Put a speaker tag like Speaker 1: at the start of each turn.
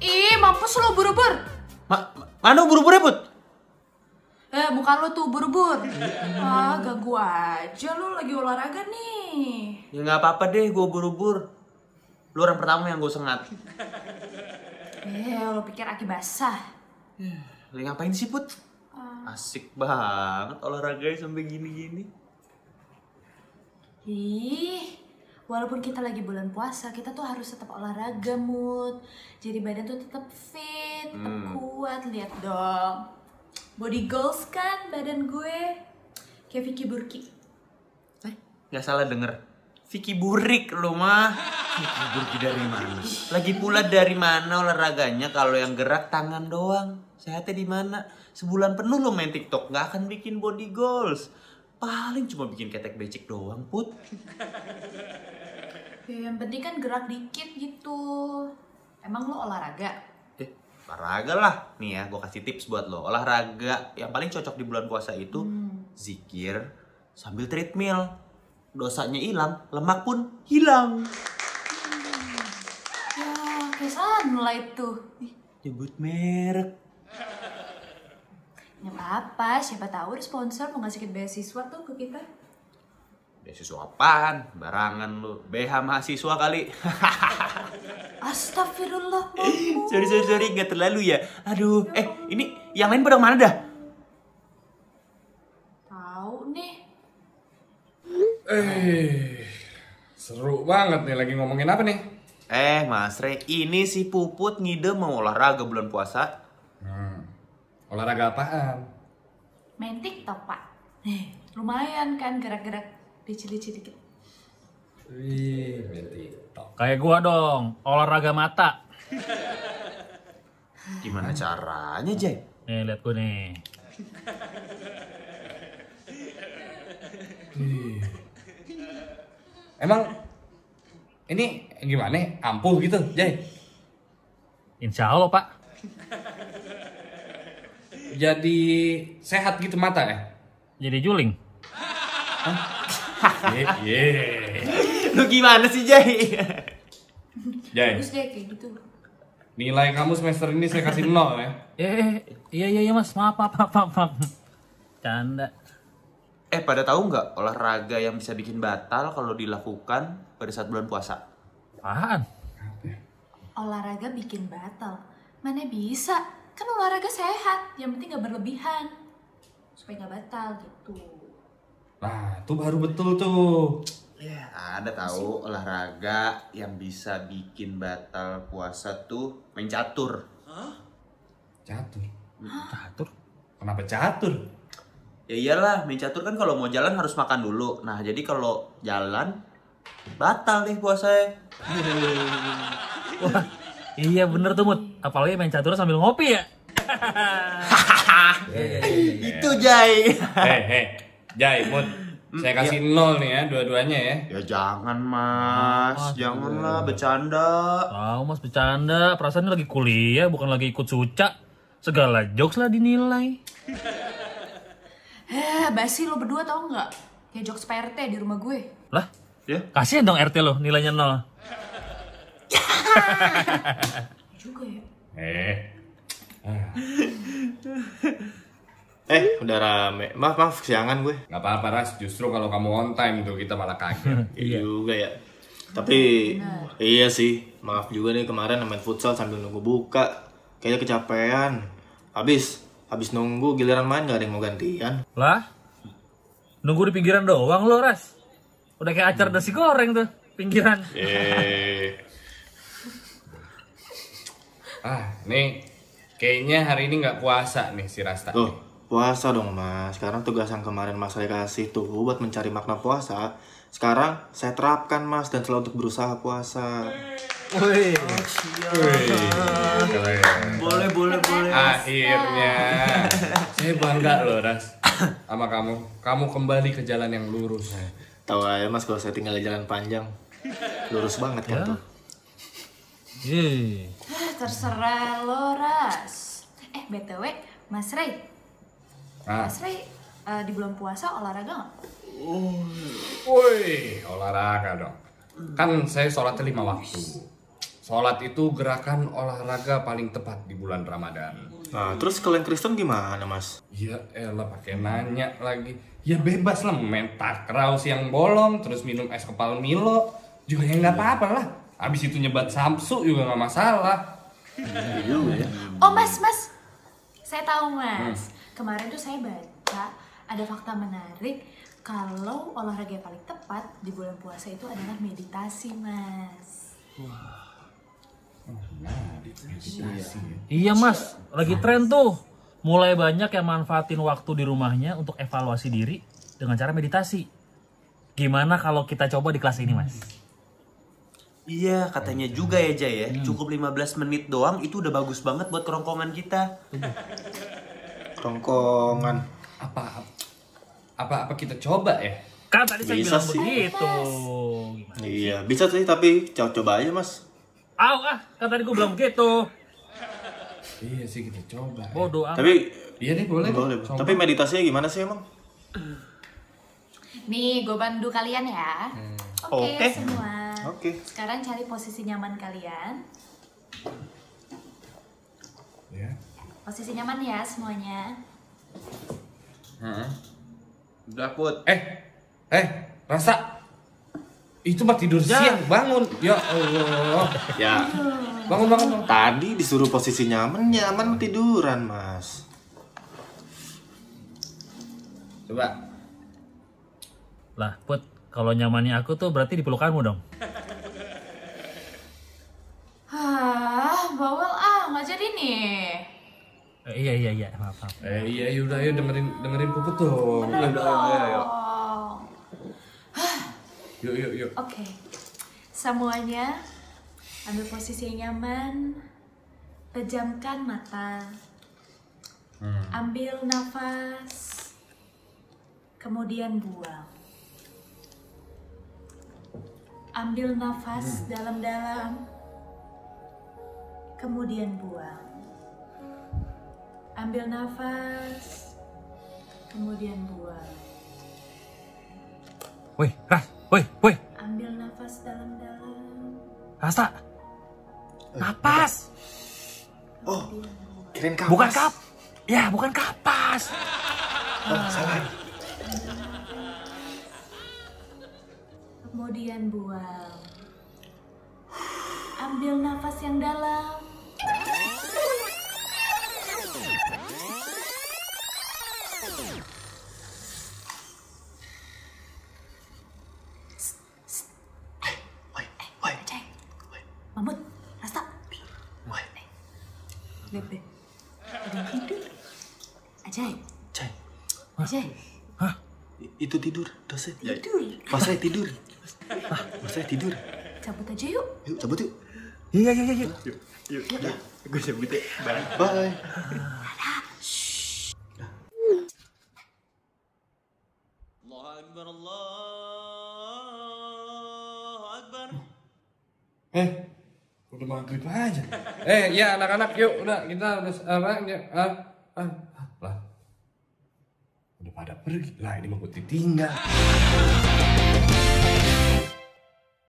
Speaker 1: fokus lo buru-bur.
Speaker 2: Ma mana buru-buru put?
Speaker 1: Eh, bukan lo tuh buru-bur. Ah, ganggu aja lo lagi olahraga nih.
Speaker 2: Ya nggak apa-apa deh, gue buru-bur. Lu orang pertama yang gue sengat.
Speaker 1: Eh, lo pikir aki basah.
Speaker 2: Lagi ngapain sih put? Asik banget olahraganya sampai gini-gini.
Speaker 1: Ih, walaupun kita lagi bulan puasa, kita tuh harus tetap olahraga mood. Jadi badan tuh tetap fit, tetap kuat. Lihat dong, body goals kan badan gue. Kayak Vicky Burki.
Speaker 2: Eh, nggak salah denger. Vicky Burik lu mah. Vicky Burik dari mana? Lagi pula dari mana olahraganya kalau yang gerak tangan doang? Sehatnya di mana? Sebulan penuh lu main TikTok nggak akan bikin body goals. Paling cuma bikin ketek becek doang, Put.
Speaker 1: Ya, yang penting kan gerak dikit gitu. Emang lo olahraga?
Speaker 2: Eh, olahraga lah. Nih ya, gue kasih tips buat lo. Olahraga yang paling cocok di bulan puasa itu zikir sambil treadmill. Dosanya hilang, lemak pun hilang.
Speaker 1: Ya, kayak sunlight tuh. Ih,
Speaker 2: Nyebut merek.
Speaker 1: nggak Ya apa-apa, siapa tahu ada sponsor mau ngasih beasiswa tuh ke kita.
Speaker 2: Beasiswa apaan? Barangan lu. BH mahasiswa kali.
Speaker 1: Astagfirullah, mampu.
Speaker 2: sorry, sorry, sorry. Nggak terlalu ya. Aduh. Eh, ini yang lain pada mana dah?
Speaker 1: Tahu nih,
Speaker 3: Eh, seru banget nih lagi ngomongin apa nih?
Speaker 2: Eh, Mas Re, ini si Puput ngide mau olahraga bulan puasa.
Speaker 3: Hmm, olahraga apaan?
Speaker 1: main TikTok pak. Nih, lumayan kan gerak-gerak licin-licin dikit.
Speaker 3: Wih, main TikTok.
Speaker 4: Kayak gua dong, olahraga mata.
Speaker 2: Gimana caranya, Jay?
Speaker 4: Nih, lihat gua nih.
Speaker 3: Emang ini gimana? Ampuh gitu, Jay?
Speaker 4: Insya Allah, Pak.
Speaker 3: Jadi sehat gitu mata ya?
Speaker 4: Jadi juling.
Speaker 3: Iya.
Speaker 2: Lu gimana sih, Jay? Eh.
Speaker 3: Jay,
Speaker 1: Bagus deh kayak gitu.
Speaker 3: nilai kamu semester ini saya kasih nol ya.
Speaker 4: Eh, iya, iya, iya, Mas. Maaf, maaf, maaf, maaf, maaf. Canda.
Speaker 2: Eh, pada tahu nggak olahraga yang bisa bikin batal kalau dilakukan pada saat bulan puasa?
Speaker 4: Apaan?
Speaker 1: Olahraga bikin batal. Mana bisa? Kan olahraga sehat, yang penting gak berlebihan. Supaya gak batal gitu.
Speaker 3: Nah, tuh baru betul tuh.
Speaker 2: Ya, ada tahu olahraga yang bisa bikin batal puasa tuh main catur.
Speaker 3: Catur.
Speaker 4: Catur.
Speaker 3: Kenapa catur?
Speaker 2: Ya iyalah, main catur kan kalau mau jalan harus makan dulu. Nah, jadi kalau jalan batal nih puasanya.
Speaker 4: Wah, iya bener tuh, Mut. Apalagi main catur sambil ngopi ya.
Speaker 2: Itu Jai.
Speaker 3: Hei, hei, Jai, Mut. Saya kasih nol nih ya, dua-duanya ya.
Speaker 2: ya jangan, Mas. Janganlah bercanda.
Speaker 4: Tahu Mas bercanda, perasaan ini lagi kuliah, bukan lagi ikut suca. Segala jokes lah dinilai.
Speaker 1: Eh, basi lo berdua tau nggak? Kayak jokes PRT di rumah gue.
Speaker 4: Lah,
Speaker 2: Ya.
Speaker 4: kasihan dong RT lo, nilainya nol.
Speaker 1: Juga ya.
Speaker 3: Eh.
Speaker 5: Eh, udah rame. Maaf, maaf, kesiangan gue.
Speaker 3: Gak apa-apa Ras, justru kalau kamu on time tuh kita malah kaget.
Speaker 5: Iya juga ya. Tapi iya sih, maaf juga nih kemarin main futsal sambil nunggu buka. Kayaknya kecapean. Habis, habis nunggu giliran main gak ada yang mau gantian.
Speaker 4: Lah, nunggu di pinggiran doang lo, Ras. Udah kayak acar nasi goreng tuh, pinggiran.
Speaker 5: Eh,
Speaker 3: ah, nih kayaknya hari ini nggak puasa nih si Rasta.
Speaker 5: tuh puasa dong mas. Sekarang tugas yang kemarin mas saya kasih tuh buat mencari makna puasa. Sekarang saya terapkan mas dan selalu untuk berusaha puasa.
Speaker 4: Wih.
Speaker 2: Boleh, boleh, boleh.
Speaker 1: kan
Speaker 3: Akhirnya. Saya bangga loh Ras sama kamu. Kamu kembali ke jalan yang lurus.
Speaker 5: Tahu aja mas kalau saya tinggal di jalan panjang. Lurus banget kan tuh.
Speaker 4: Ih,
Speaker 1: Eh, Terserah lo, Ras. Eh, BTW, Mas Ray.
Speaker 3: Ah,
Speaker 1: Mas Ray, eh, di bulan puasa olahraga nggak?
Speaker 3: woi olahraga dong. Kan saya sholatnya lima waktu. Sholat itu gerakan olahraga paling tepat di bulan Ramadan.
Speaker 5: Nah, terus kalian Kristen gimana, Mas?
Speaker 3: Ya elah pakai nanya lagi. Ya bebas lah main takraw siang bolong terus minum es kepal Milo juga ya nggak apa-apa lah. Abis itu nyebat Samsu juga nggak masalah.
Speaker 1: Oh mas, mas, saya tahu mas. Kemarin tuh saya baca ada fakta menarik kalau olahraga yang paling tepat di bulan puasa itu adalah meditasi mas.
Speaker 4: Iya mas, lagi tren tuh. Mulai banyak yang manfaatin waktu di rumahnya untuk evaluasi diri dengan cara meditasi. Gimana kalau kita coba di kelas ini mas?
Speaker 2: Iya, katanya juga ya Jay ya. Cukup 15 menit doang itu udah bagus banget buat kerongkongan kita.
Speaker 5: Kerongkongan.
Speaker 3: Apa apa apa kita coba ya?
Speaker 4: Kan tadi saya
Speaker 5: Bisa
Speaker 4: bilang
Speaker 5: sih.
Speaker 4: begitu. Gimana?
Speaker 5: Iya, bisa sih tapi co- coba aja, Mas.
Speaker 4: Au ah, kan tadi gue bilang begitu.
Speaker 3: Iya sih kita coba. ya.
Speaker 4: Bodoh amat.
Speaker 5: Tapi
Speaker 3: Iya deh boleh. deh.
Speaker 5: boleh.
Speaker 3: Coba.
Speaker 5: Tapi meditasinya gimana sih emang?
Speaker 1: Nih, gue bantu kalian ya. Oke
Speaker 2: Oke.
Speaker 1: semua.
Speaker 5: Oke.
Speaker 1: Sekarang cari posisi nyaman kalian.
Speaker 3: Ya.
Speaker 1: Posisi nyaman ya semuanya.
Speaker 3: Heeh.
Speaker 2: Udah put.
Speaker 3: Eh, eh, rasa itu mah tidur
Speaker 4: Ya.
Speaker 3: siang bangun. Ya Allah.
Speaker 5: Ya,
Speaker 3: Bangun bangun. bangun.
Speaker 5: tadi disuruh posisi nyaman, nyaman tiduran, Mas.
Speaker 3: Coba.
Speaker 4: Lah, Put, kalau nyamannya aku tuh berarti di pelukanmu dong.
Speaker 1: Hah, bawel ah, nggak jadi nih.
Speaker 4: Eh, iya, iya, iya, maaf, maaf.
Speaker 3: Eh iya yaudah ayo dengerin dengerin puput dong.
Speaker 1: Oh.
Speaker 3: Yuk yuk yuk.
Speaker 1: Oke, semuanya ambil posisi yang nyaman, pejamkan mata, ambil nafas, kemudian buang. Ambil nafas dalam-dalam, kemudian buang. Ambil nafas, kemudian buang.
Speaker 4: Woi, Ras, woi, woi,
Speaker 1: Ambil nafas dalam-dalam.
Speaker 4: Rasa.
Speaker 5: Eh,
Speaker 4: Napas,
Speaker 5: Keren kapas.
Speaker 4: bukan kap. Ya, bukan kapas.
Speaker 5: Oh,
Speaker 1: Kemudian buang. Ambil nafas yang dalam.
Speaker 5: Woi,
Speaker 1: Cek. Mamut, rasa.
Speaker 5: woi,
Speaker 1: Lihat deh. Ada yang tidur. Ajaib.
Speaker 5: Cai.
Speaker 1: Ajaib.
Speaker 5: i- Itu tidur, dosa.
Speaker 1: Tidur.
Speaker 5: Pas saya tidur. Pas saya tidur.
Speaker 1: Cabut aja yuk.
Speaker 5: Yuk, cabut yuk.
Speaker 4: Iya, iya, iya, iya.
Speaker 2: Gue cabut ya.
Speaker 5: Bye.
Speaker 2: Allah Akbar, Allah Akbar.
Speaker 3: Eh udah maghrib aja. eh ya anak-anak yuk udah kita udah apa ya ah, ah, ah, lah. Udah pada pergi lah ini mau tinggal.